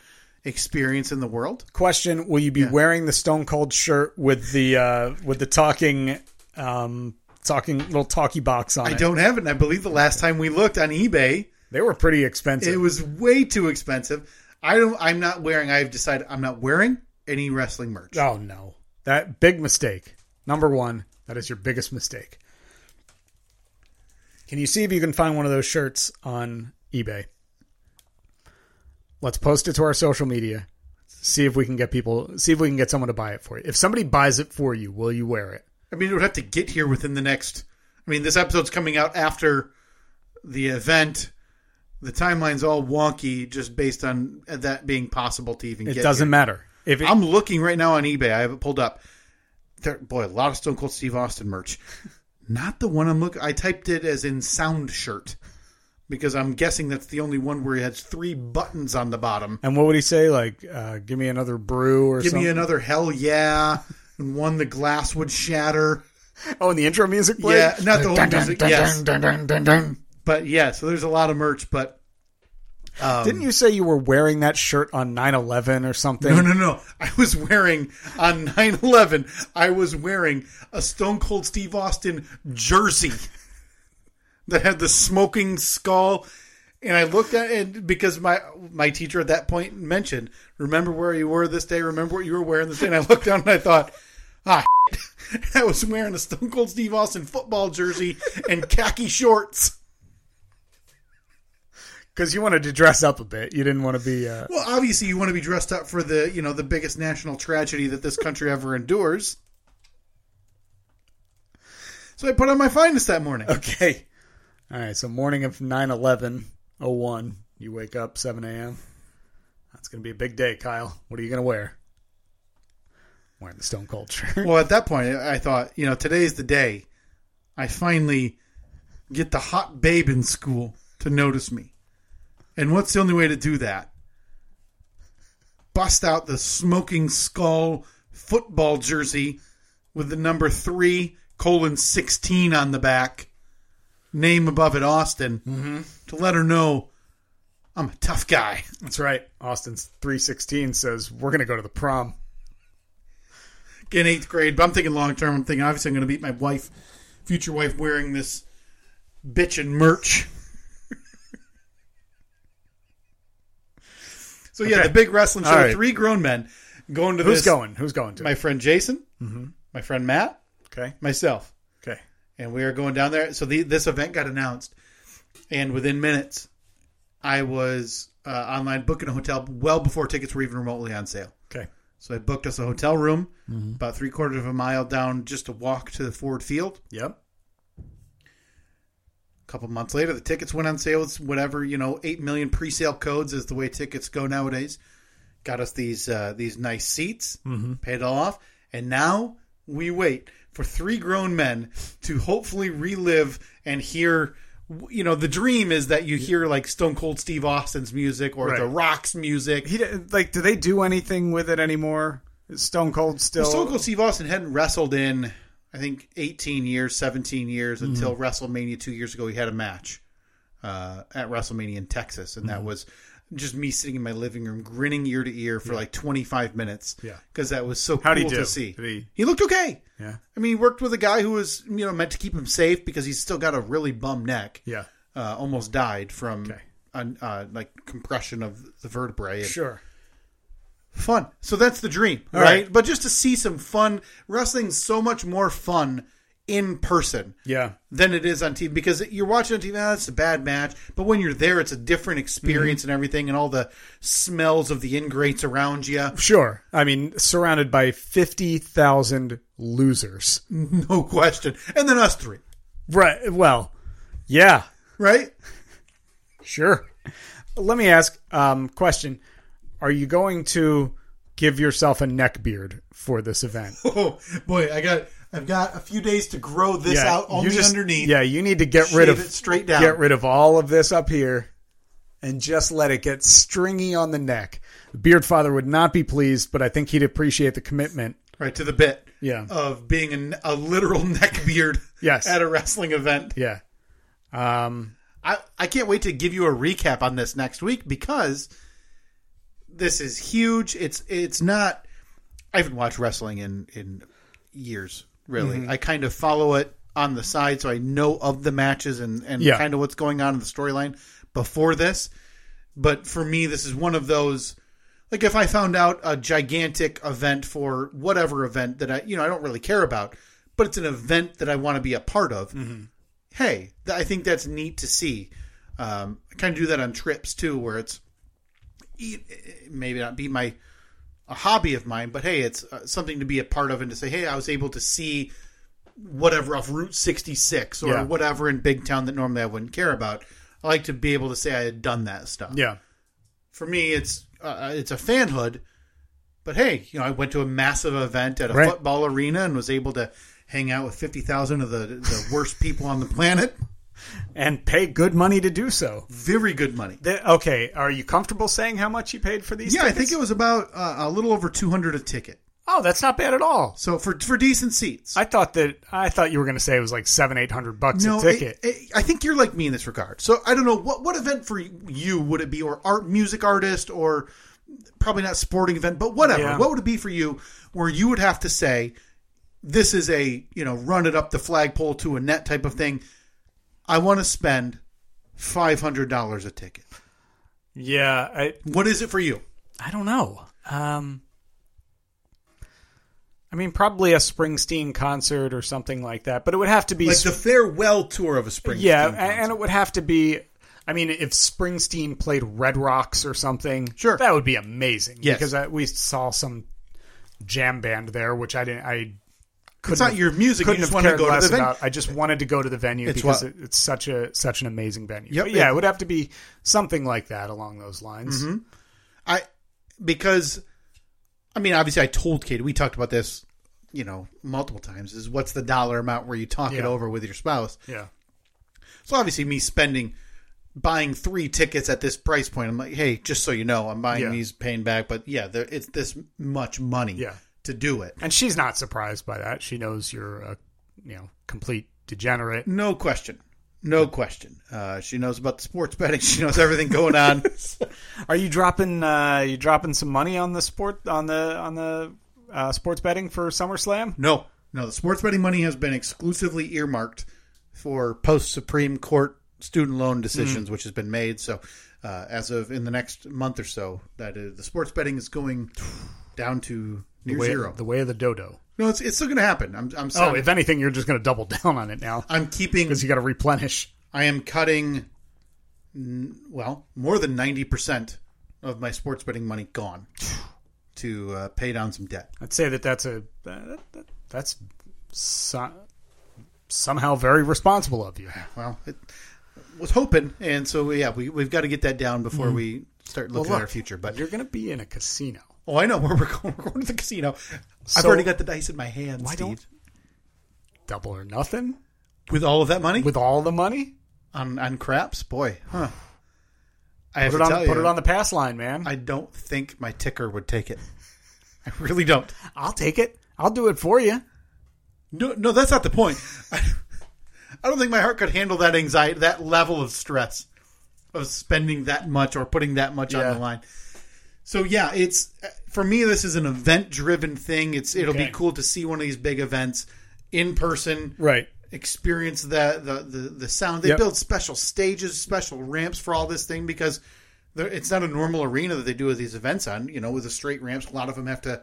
S2: experience in the world.
S3: Question, will you be wearing the Stone Cold shirt with the uh with the talking um talking little talkie box on
S2: I
S3: it.
S2: don't have it. And I believe the last time we looked on eBay,
S3: They were pretty expensive.
S2: it was way too expensive. I don't. I'm not wearing. I've decided I'm not wearing any wrestling merch.
S3: oh no, that big mistake. Number one, that is your biggest mistake. Can you see if you can find one of those shirts on eBay? Let's post it to our social media. See if we can get people. See if we can get someone to buy it for you. If somebody buys it for you, will you wear it?
S2: I mean, it would have to get here within the next. I mean, this episode's coming out after the event. The timeline's all wonky just based on that being possible to even
S3: It
S2: get
S3: doesn't
S2: here.
S3: matter. If it,
S2: I'm looking right now on eBay. I have it pulled up. There, boy, a lot of Stone Cold Steve Austin
S3: *laughs*
S2: merch. Not the one I'm looking. I typed it as in sound shirt because I'm guessing that's the only one where he has three buttons on the bottom.
S3: and what would he say? Like, uh, give me another brew or
S2: Give
S3: something.
S2: me another hell yeah, and one the glass would shatter.
S3: oh, and the intro music. Played?
S2: Yeah, not the whole
S3: Dun, dun,
S2: music.
S3: dun,
S2: Yes,
S3: dun, dun, dun, dun.
S2: but yeah. So there's a lot of merch, but um,
S3: Didn't you say you were wearing that shirt on 9/11 or something?
S2: No,
S3: *laughs*
S2: no, no. I was wearing on 9 11, I was wearing a Stone Cold Steve Austin jersey that had the smoking skull. And I looked at it because my my teacher at that point mentioned, remember where you were this day, remember what you were wearing this day. And I looked down and I thought, ah, *laughs* I was wearing a Stone Cold Steve Austin football jersey and khaki shorts.
S3: Because you wanted to dress up a bit. You didn't want to be. Uh,
S2: Well, obviously you want to be dressed up for the, you know, the biggest national tragedy that this country ever endures. So I put on my finest that morning.
S3: *laughs* okay. All right. So morning of 9/11, 01, you wake up 7 a.m. That's gonna be a big day, Kyle. What are you gonna wear? Wearing the Stone Cold
S2: *laughs*
S3: shirt. *laughs*
S2: Well, at that point I thought, you know, today's the day I finally get the hot babe in school to notice me. And what's the only way to do that? Bust out the smoking skull football jersey with the number 3 colon 16 on the back. name above it, Austin, to let her know I'm a tough guy.
S3: That's right. Austin's 316 says we're gonna go to the prom.
S2: In eighth grade, but I'm thinking long term. I'm thinking obviously I'm going to meet my wife, future wife, wearing this bitch and merch. *laughs* so yeah,
S3: Okay.
S2: the big wrestling show.
S3: All right.
S2: Three grown men going to
S3: Who's
S2: this.
S3: going? Mm-hmm. Who's going to?
S2: My friend Jason, my friend Matt,
S3: okay.
S2: myself.
S3: Okay.
S2: and we are going down there. So the, this event got announced, and within minutes, I was uh, online booking a hotel well before tickets were even remotely on sale.
S3: Okay.
S2: So I booked us a hotel room about three quarters of a mile down, just to walk to the Ford Field.
S3: Yep.
S2: A couple months later, the tickets went on sale. It's whatever you know, eight million pre-sale codes is the way tickets go nowadays. Got us these uh, these nice seats, paid it all off, and now we wait for three grown men to hopefully relive and hear. You know, the dream is that you hear like Stone Cold Steve Austin's music or
S3: Right.
S2: The Rock's music.
S3: He didn't- like. Do they do anything with it anymore? Is Stone Cold still.
S2: Well, Stone Cold Steve Austin hadn't wrestled in, I think, 18 years, 17 years
S3: Mm-hmm.
S2: until WrestleMania two years ago. He had a match uh, at WrestleMania in Texas, and
S3: Mm-hmm.
S2: that was just me sitting in my living room, grinning ear to ear for like 25 minutes.
S3: Yeah.
S2: because that was so
S3: How'd he
S2: cool
S3: do?
S2: to see.
S3: Did he-
S2: looked okay.
S3: Yeah.
S2: I mean, he worked with a guy who was you know meant to keep him safe because he's still got a really bum neck.
S3: Yeah.
S2: Uh, almost died from
S3: Okay.
S2: an, uh, like compression of the vertebrae. and-
S3: Sure.
S2: fun. So that's the dream,
S3: All
S2: right?
S3: right.
S2: But just to see some fun wrestling's so much more fun in person
S3: Yeah.
S2: than it is on TV because you're watching on TV. Ah, it's a bad match, but when you're there, it's a different experience and everything, and all the smells of the ingrates around you.
S3: Sure. I mean, surrounded by 50,000 losers.
S2: *laughs* No question. And then us three,
S3: Right. Well, yeah,
S2: right?
S3: sure. Let me ask um question. Are you going to give yourself a neck beard for this event?
S2: Oh boy, I got. I've got a few days to grow this out
S3: you
S2: only
S3: just-
S2: underneath.
S3: Yeah, you need to get rid
S2: Shave
S3: of
S2: it straight down.
S3: Get rid of all of this up here and just let it get stringy on the neck. Beard father would not be pleased, but I think he'd appreciate the commitment.
S2: Right to the bit.
S3: Yeah.
S2: Of being a, a literal *laughs* neck beard.
S3: Yes.
S2: At a wrestling event.
S3: Yeah. Um
S2: I, I can't wait to give you a recap on this next week because this is huge. It's it's not I haven't watched wrestling in in years, really. I kind of follow it on the side, so I know of the matches and and
S3: Yeah.
S2: kind of what's going on in the storyline before this. But for me, this is one of those. Like if I found out a gigantic event for whatever event that I you know I don't really care about, but it's an event that I want to be a part of. Hey, th- I think that's neat to see. Um, I kind of do that on trips too, where it's e- maybe not be my a hobby of mine, but hey, it's uh, something to be a part of and to say, hey, I was able to see whatever off Route 66 or
S3: Yeah.
S2: whatever in big town that normally I wouldn't care about. I like to be able to say I had done that stuff.
S3: Yeah.
S2: For me, it's uh, it's a fanhood, but hey, you know, I went to a massive event at a
S3: Right.
S2: football arena and was able to hang out with 50,000 of the, the worst people on the planet.
S3: And pay good money to do so.
S2: Very good money.
S3: The- okay, are you comfortable saying how much you paid for these
S2: Yeah, I
S3: tickets?
S2: think it was about uh, a little over 200 a ticket.
S3: Oh, that's not bad at all.
S2: So for for decent seats.
S3: I thought that I thought you were going to say it was like seven, eight hundred bucks a
S2: it-
S3: ticket.
S2: it- I think you're like me in this regard. So I don't know what what event for you would it be, or art, music artist, or probably not sporting event, but whatever.
S3: Yeah.
S2: What would it be for you where you would have to say, this is a you know run it up the flagpole to a net type of thing. I want to spend five hundred dollars a ticket.
S3: yeah, I
S2: What is it for you?
S3: I don't know. Um, I mean, probably a Springsteen concert or something like that, but it would have to be
S2: Like the farewell tour of a spring.
S3: yeah,
S2: theme
S3: a- and
S2: concert.
S3: it would have to be. I mean, if Springsteen played Red Rocks or something,
S2: Sure.
S3: that would be amazing.
S2: Yes.
S3: because I, we saw some jam band there, which I didn't. I couldn't.
S2: it's not
S3: have-
S2: your music. You
S3: couldn't
S2: just
S3: have
S2: want to
S3: cared
S2: go to
S3: less
S2: the venue.
S3: about. I just wanted to go to the venue
S2: It's
S3: because
S2: what-
S3: it, it's such a such an amazing venue.
S2: Yep,
S3: But yeah,
S2: it-
S3: it would have to be something like that along those lines.
S2: Mm-hmm. I because I mean obviously I told Kate we talked about this you know multiple times is what's the dollar amount where you talk it
S3: Yeah.
S2: over with your spouse.
S3: Yeah,
S2: So obviously me spending buying three tickets at this price point I'm like hey just so you know I'm buying
S3: Yeah.
S2: these paying back but yeah there, it's this much money
S3: Yeah.
S2: to do it.
S3: and she's not surprised by that. She knows you're a you know complete degenerate.
S2: No question. No question. Uh, she knows about the sports betting. *laughs* She knows everything going
S3: *laughs*
S2: on.
S3: Are you dropping uh you dropping some money on the sport on the on the uh, sports betting for SummerSlam?
S2: No, no. The sports betting money has been exclusively earmarked for post Supreme Court student loan
S3: Mm.
S2: decisions, which has been made. So, uh, as of in the next month or so, that is, the sports betting is going down to near
S3: way,
S2: zero. Oh.
S3: The way of the dodo.
S2: No, it's it's still going to happen. I'm I'm
S3: Oh,
S2: sorry.
S3: if anything, you're just going to double *laughs* down on it now
S2: I'm keeping.
S3: because you got to replenish.
S2: I am cutting. n- Well, more than ninety percent of my sports betting money gone to uh, pay down some debt.
S3: I'd say that that's a that, that, that's so, somehow very responsible of you.
S2: Well, it was hoping, and so yeah, we we've got to get that down before we start looking
S3: Mm-hmm. look,
S2: at our future. But
S3: You're going to be in a casino.
S2: oh, I know *laughs* where we're going. We're going to the casino. I've
S3: So-
S2: already got the dice in my hand,
S3: Why
S2: Steve.
S3: don't- Double or nothing
S2: With all of that money
S3: with all the money.
S2: on on craps, boy, huh? I have
S3: Put it
S2: to
S3: on
S2: tell
S3: put
S2: you,
S3: it on the pass line, man.
S2: I don't think my ticker would take it. *laughs* I really don't.
S3: I'll take it. I'll do it for you.
S2: No, no, that's not the point. *laughs* I, I don't think my heart could handle that anxiety, that level of stress of spending that much or putting that much
S3: Yeah.
S2: on the line. So yeah, it's for me. This is an event-driven thing. It's it'll
S3: Okay.
S2: be cool to see one of these big events in person,
S3: Right.
S2: experience the the the, the sound. They
S3: Yep.
S2: build special stages, special ramps for all this thing because they're- it's not a normal arena that they do these events on. You know, with the straight ramps, a lot of them have to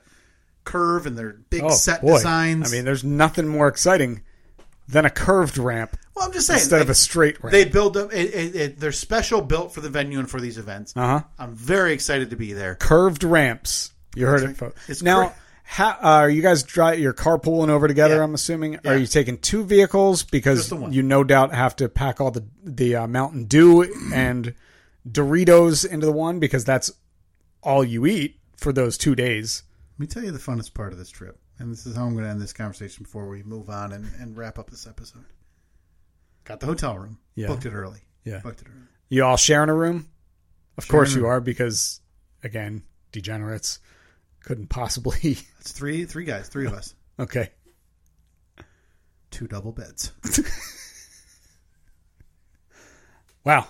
S2: curve and they're big set designs.
S3: Oh, I mean, there's nothing more exciting than a curved ramp
S2: Well, I'm just saying.
S3: instead of
S2: they-
S3: a straight ramp.
S2: they build them. It, it, it, they're special built for the venue and for these events.
S3: uh-huh.
S2: I'm very excited to be there.
S3: Curved ramps. You heard it, folks.
S2: It's
S3: now,
S2: cra-
S3: how, uh, are you guys dri You're carpooling over together,
S2: Yeah.
S3: I'm assuming.
S2: Yeah.
S3: Are you taking two vehicles
S2: Just
S3: because
S2: the one.
S3: you no doubt have to pack all the the uh, Mountain Dew and Doritos into the one because that's all you eat for those two days.
S2: Let me tell you the funnest part of this trip, and this is how I'm going to end this conversation before we move on and, and wrap up this episode. Got the hotel room.
S3: Yeah.
S2: Booked it early.
S3: Yeah.
S2: Booked it early.
S3: You all sharing a room? Of
S2: Sharing
S3: course
S2: a
S3: you
S2: room.
S3: are because again, degenerates couldn't possibly. *laughs*
S2: That's three three guys, three of us,
S3: okay.
S2: two double beds.
S3: Wow.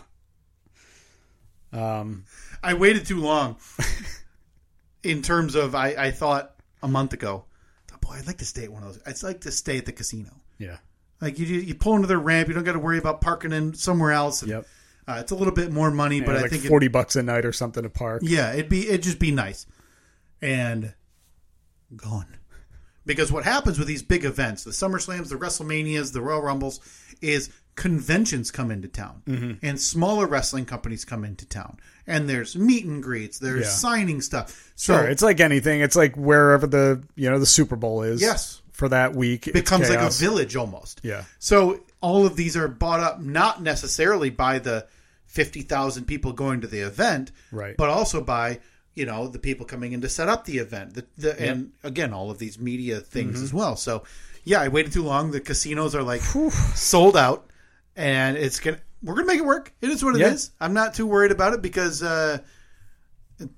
S3: Um
S2: I waited too long. *laughs* in terms of, I, I thought a month ago, oh boy, I'd like to stay at one of those. I'd like to stay at the casino.
S3: yeah.
S2: Like you, you pull into their ramp, you don't got to worry about parking in somewhere else.
S3: Yep.
S2: Uh, it's a little bit more money, but
S3: Yeah,
S2: I
S3: like
S2: think it-
S3: forty bucks a night or something to park.
S2: yeah, it'd be it'd just be nice. And gone. Because what happens with these big events, the SummerSlams, the WrestleManias, the Royal Rumbles, is conventions come into town.
S3: Mm-hmm.
S2: And smaller wrestling companies come into town. And there's meet and greets, there's
S3: Yeah.
S2: signing stuff. So
S3: Sure, it's like anything. It's like wherever the you know the Super Bowl is.
S2: Yes.
S3: for that week
S2: it becomes like a
S3: villain.
S2: village almost.
S3: Yeah.
S2: So all of these are bought up not necessarily by the 50,000 people going to the event,
S3: Right.
S2: but also by, you know, the people coming in to set up the event. The, the, And again, all of these media things
S3: Mm-hmm.
S2: as well. So yeah, I waited too long. The casinos are like sold out and it's going to, we're going to make it work. It is what it
S3: Yeah.
S2: is. I'm not too worried about it because, uh,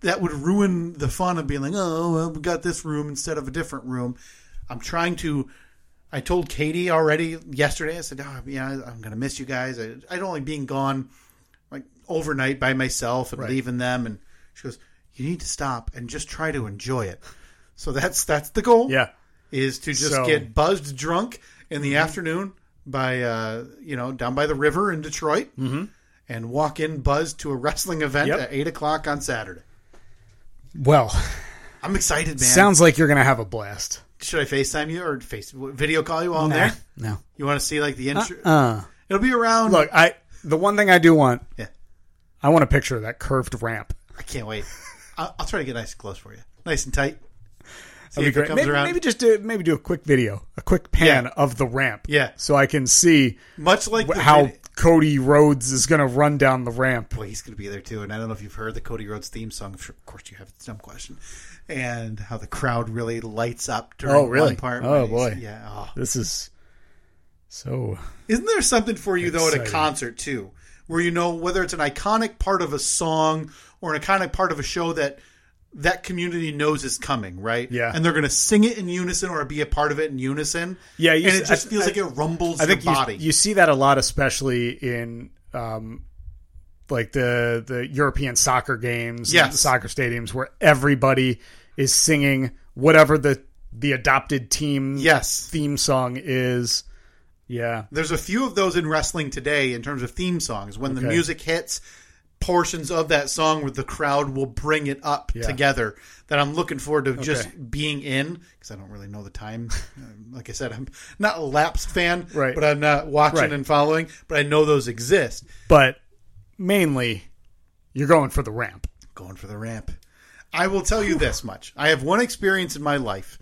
S2: that would ruin the fun of being like, oh, well, we got this room instead of a different room. I'm trying to. I told Katie already yesterday. I said, oh, yeah, I'm gonna miss you guys. I, I don't like being gone like overnight by myself and leaving them. And she goes, you need to stop and just try to enjoy it. So that's that's the goal.
S3: Yeah,
S2: is to just
S3: So- Mm-hmm.
S2: get buzzed drunk in the afternoon by uh you know down by the river in Detroit. And walk in buzzed to a wrestling event
S3: Mm-hmm. Yep.
S2: at eight o'clock on Saturday.
S3: well,
S2: I'm excited, man.
S3: sounds like you're gonna have a blast.
S2: Should I FaceTime you or face video call you while I'm there?
S3: No,
S2: You want to see like the intro?
S3: uh,
S2: It'll be around.
S3: look, I the one thing I do want,
S2: Yeah.
S3: I want a picture of that curved ramp.
S2: I can't wait. *laughs* I'll, I'll try to get nice and close for you, nice and tight. See
S3: That'd
S2: if
S3: be
S2: it
S3: great.
S2: comes
S3: Maybe,
S2: around.
S3: maybe just do maybe do a quick video, a quick pan
S2: Yeah.
S3: of the ramp.
S2: Yeah.
S3: so I can see
S2: Much like
S3: wh-
S2: the
S3: how
S2: vid-
S3: Cody Rhodes is gonna run down the ramp.
S2: Boy, he's going to be there too. And I don't know if you've heard the Cody Rhodes theme song. I'm sure- Of course, you have. It's a dumb question. And how the crowd really lights up during
S3: Oh, really?
S2: one part.
S3: Oh,
S2: when he's-
S3: boy.
S2: Yeah. Oh.
S3: This is so
S2: Isn't there something for you though at a
S3: Exciting.
S2: concert too, where you know whether it's an iconic part of a song or an iconic part of a show that that community knows is coming, right?
S3: Yeah.
S2: and they're going to sing it in unison or be a part of it in unison.
S3: Yeah, you-
S2: and it just
S3: I-
S2: feels
S3: I-
S2: like it rumbles
S3: I think
S2: your
S3: you,
S2: body.
S3: you see that a lot, especially in um, like the the European soccer games,
S2: Yes.
S3: and soccer stadiums, where everybody is singing whatever the the adopted team
S2: yes,
S3: theme song is. Yeah,
S2: There's a few of those in wrestling today in terms of theme songs. When the
S3: Okay.
S2: music hits, portions of that song where the crowd will bring it up
S3: Yeah.
S2: together that I'm looking forward to
S3: Okay.
S2: just being in because I don't really know the time. Um, like I said, I'm not a lapsed fan,
S3: Right.
S2: but I'm not watching
S3: Right.
S2: and following, but I know those exist.
S3: but mainly you're going for the ramp.
S2: Going for the ramp. I will tell you this much. I have one experience in my life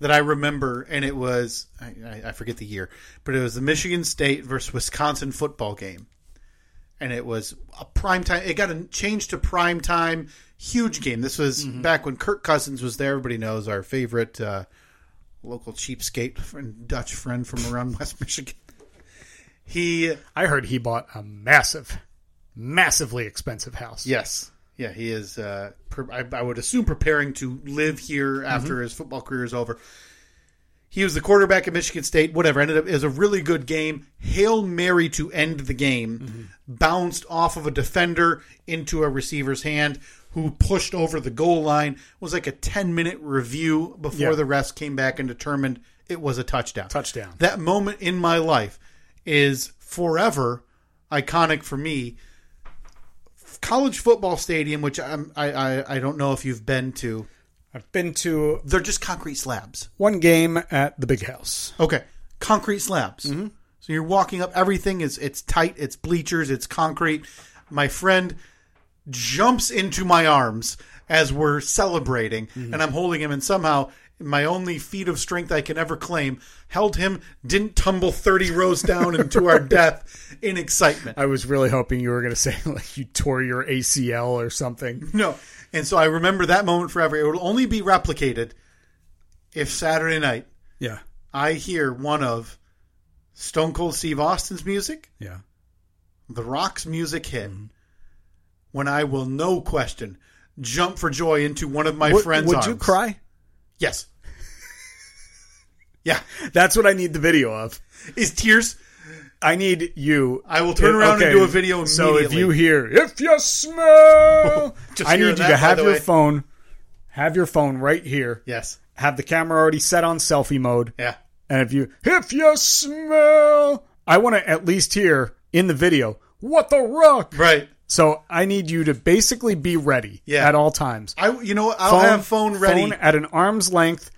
S2: that I remember, and it was, I, I- I forget the year, but it was the Michigan State versus Wisconsin football game. and it was a prime time. It got a, changed to prime time, huge game. This was back when Kirk Cousins was there. Everybody knows our favorite uh, local cheapskate friend, Dutch friend from around *laughs* West Michigan. He
S3: I heard he bought a massive, massively expensive house.
S2: yes, yeah, he is. Uh, pre- I, I would assume preparing to live here after his football career is over. He was the quarterback at Michigan State. Whatever ended up it was a really good game. Hail Mary to end the game,
S3: Mm-hmm.
S2: bounced off of a defender into a receiver's hand, who pushed over the goal line. It was like a ten minute review before
S3: Yeah.
S2: the refs came back and determined it was a touchdown.
S3: Touchdown.
S2: That moment in my life is forever iconic for me. College football stadium, which I'm, I, I I don't know if you've been to.
S3: I've been to
S2: They're just concrete slabs.
S3: one game at the big house.
S2: Okay, concrete slabs. So you're walking up. Everything is it's tight. It's bleachers. It's concrete. My friend jumps into my arms as we're celebrating, and I'm holding him. And somehow, my only feat of strength I can ever claim held him. Didn't tumble thirty rows down into our death in excitement.
S3: I was really hoping you were going to say *laughs* like you tore your ACL or something.
S2: No. And so I remember that moment forever. It will only be replicated if Saturday night
S3: Yeah.
S2: I hear one of Stone Cold Steve Austin's music,
S3: Yeah.
S2: The Rock's music hit, when I will no question jump for joy into one of my
S3: would,
S2: friends'
S3: would
S2: arms.
S3: you cry?
S2: Yes. *laughs* yeah.
S3: That's what I need the video of.
S2: Is tears?
S3: I need you.
S2: I will turn around and do a video
S3: So if
S2: immediately.
S3: you hear, if you smell,
S2: *laughs* Just
S3: I
S2: hearing
S3: need you
S2: that,
S3: to
S2: by
S3: have
S2: the
S3: your
S2: way.
S3: phone, have your phone right here,
S2: Yes.
S3: have the camera already set on selfie mode,
S2: Yeah.
S3: And if you if you smell, I want to at least hear in the video what the rock.
S2: Right.
S3: So I need you to basically be ready
S2: Yeah.
S3: at all times.
S2: I you know what? I'll have phone ready.
S3: phone at an arm's length,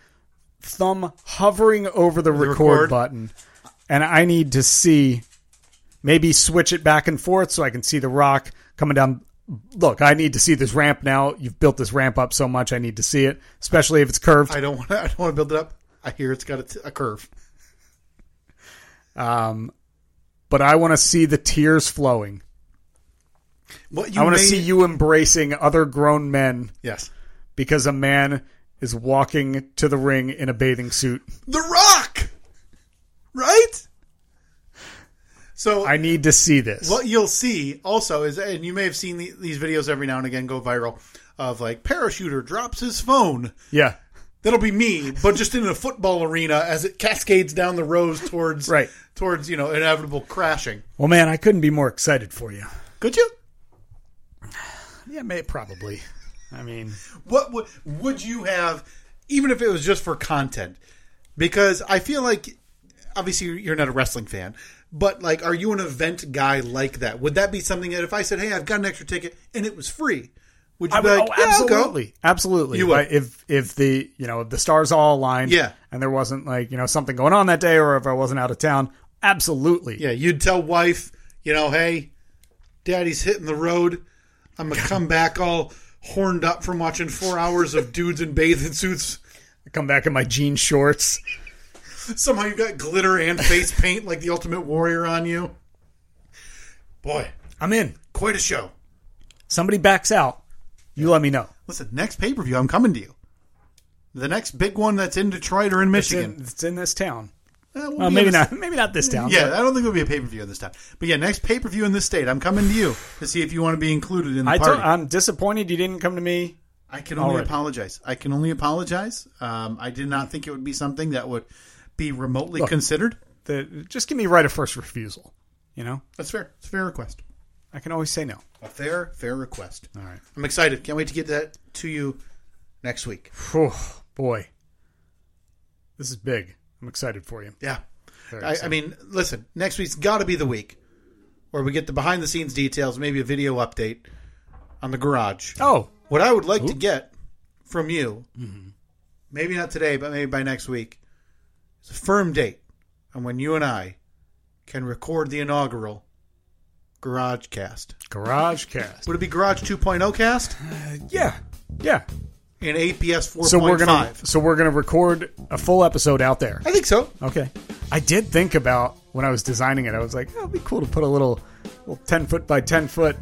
S3: thumb hovering over the, record,
S2: record.
S3: button, and I need to see. Maybe switch it back and forth so I can see the rock coming down. Look, I need to see this ramp now. You've built this ramp up so much. I need to see it, especially if it's curved.
S2: I don't want to. I don't want to build it up. I hear it's got a, t- a curve.
S3: but I want to see the tears flowing.
S2: What you
S3: I want to
S2: may-
S3: see you embracing other grown men
S2: Yes.
S3: because a man is walking to the ring in a bathing suit.
S2: The Rock. Right. So
S3: I need to see this.
S2: what you'll see also is, and you may have seen the, these videos every now and again go viral of like parachuter drops his phone.
S3: Yeah.
S2: That'll be me, but just in a football arena as it cascades down the rows towards
S3: Right.
S2: towards you know inevitable crashing.
S3: Well, man, I couldn't be more excited for you.
S2: Could you?
S3: Yeah, may probably. I mean,
S2: what would would you have even if it was just for content because i feel like obviously you're not a wrestling fan but like are you an event guy like that would that be something that if i said hey i've got an extra ticket and it was free would you
S3: I
S2: be
S3: would-
S2: like
S3: oh,
S2: yeah, I'll go."
S3: absolutely, absolutely.
S2: You would.
S3: Like, if if the you know if the stars all aligned,
S2: Yeah.
S3: and there wasn't like you know something going on that day, or if I wasn't out of town, absolutely.
S2: yeah you'd tell wife you know hey daddy's hitting the road i'm gonna come back all horned up from watching four hours of dudes in bathing suits
S3: Come back in my jean shorts.
S2: Somehow you've got glitter and face paint like the Ultimate Warrior on you. Boy,
S3: I'm in.
S2: quite a show.
S3: Somebody backs out. You let me know.
S2: Listen, next pay per view, I'm coming to you. The next big one that's in Detroit or in
S3: It's in,
S2: Michigan.
S3: it's in this town.
S2: Eh, we'll
S3: Well,
S2: be
S3: maybe
S2: in this-
S3: not. *laughs* Maybe not this town.
S2: Yeah, I don't think there'll be a pay per view this time. But yeah, next pay per view in this state, I'm coming to you to see if you want to be included in the
S3: I
S2: party.
S3: don't, I'm disappointed you didn't come to me.
S2: I can only
S3: Already.
S2: apologize. I can only apologize. Um, I did not think it would be something that would be remotely considered.
S3: The, just give me right of first refusal. You know,
S2: That's fair. It's a fair request.
S3: I can always say no.
S2: A fair, fair request.
S3: All right.
S2: I'm excited. Can't wait to get that to you next week.
S3: Phew, boy, this is big. I'm excited for you.
S2: Yeah.
S3: Very
S2: I, I
S3: excited.
S2: mean, listen, next week's got to be the week where we get the behind the scenes details, maybe a video update on the garage.
S3: oh,
S2: What I would like to get from you,
S3: Mm-hmm.
S2: maybe not today, but maybe by next week, is a firm date on when you and I can record the inaugural Garage Cast.
S3: Garage Cast.
S2: Would it be Garage
S3: *laughs*
S2: 2.0 Cast
S3: Yeah, yeah.
S2: and APS 4.5?
S3: So we're gonna so we're gonna record a full episode out there.
S2: I think so.
S3: Okay. I did think about when I was designing it. I was like, oh, it'd be cool to put a little, little ten foot by ten foot.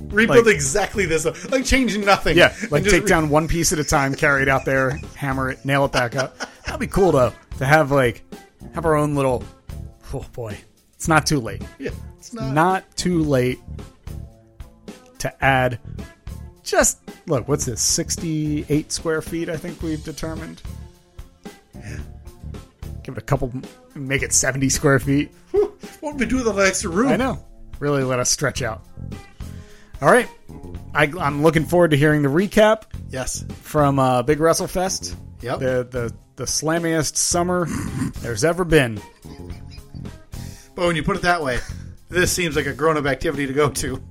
S2: Rebuild
S3: Like-
S2: exactly this, like changing nothing.
S3: Yeah,
S2: And
S3: like
S2: just
S3: take
S2: re-
S3: down one piece at a time, carry it out there, hammer it, nail it back up. That'd be cool though to have like have our own little. Oh boy, it's not too late.
S2: *laughs* Yeah, it's not.
S3: Not too late to add. Just look. What's this? Sixty-eight square feet. I think we've determined. Give it a couple. Make it seventy square feet.
S2: Whew, what would we do with all that extra room?
S3: I know. Really let us stretch out. All right. I, I'm looking forward to hearing the recap
S2: Yes.
S3: from uh, Big Wrestle Fest.
S2: Yep.
S3: The, the, the slammiest summer there's ever been.
S2: But when you put it that way, this seems like a grown up activity to go to.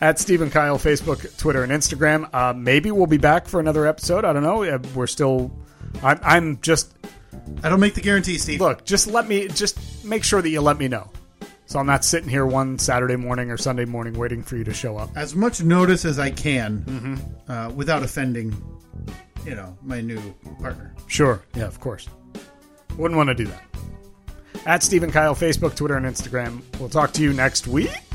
S3: At Stephen Kyle, Facebook, Twitter, and Instagram. Uh, maybe we'll be back for another episode. I don't know. Uh, We're still. I'm, I'm just.
S2: I don't make the guarantee, Steve.
S3: Look, just let me. Just make sure that you let me know. So I'm not sitting here one Saturday morning or Sunday morning waiting for you to show up.
S2: As much notice as I can uh, without offending, you know, my new partner.
S3: Sure. Yeah, of course. Wouldn't want to do that. At Stephen Kyle, Facebook, Twitter, and Instagram. We'll talk to you next week.